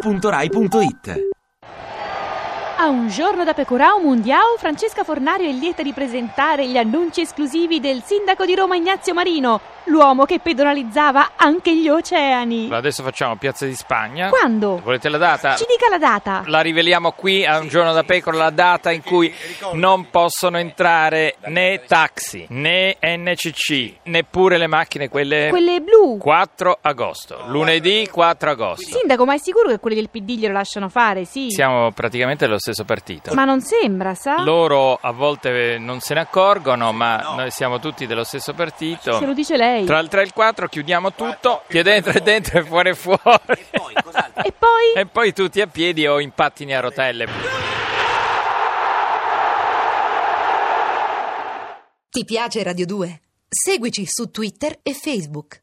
radio2pod.rai.it A un giorno da Pecorao Mundiao, Francesca Fornario è lieta di presentare gli annunci esclusivi del sindaco di Roma Ignazio Marino, l'uomo che pedonalizzava anche gli oceani. Adesso facciamo Piazza di Spagna. Quando? Volete la data? Ci dica la data. La riveliamo qui a un giorno da pecora, la data in cui non possono entrare né taxi, né NCC, neppure le macchine, quelle... Quelle blu. 4 agosto, lunedì 4 agosto. Sindaco, ma è sicuro che quelli del PD glielo lasciano fare, sì? Siamo praticamente dello stesso partito. Ma non sembra, sa? Loro a volte non se ne accorgono, ma noi siamo tutti dello stesso Se lo partito. dice lei. Tra il 3 e il 4 chiudiamo tutto, chi è dentro è dentro e fuori è fuori. E poi? E poi tutti a piedi o in pattini a rotelle. Ti piace Radio 2? Seguici su Twitter e Facebook.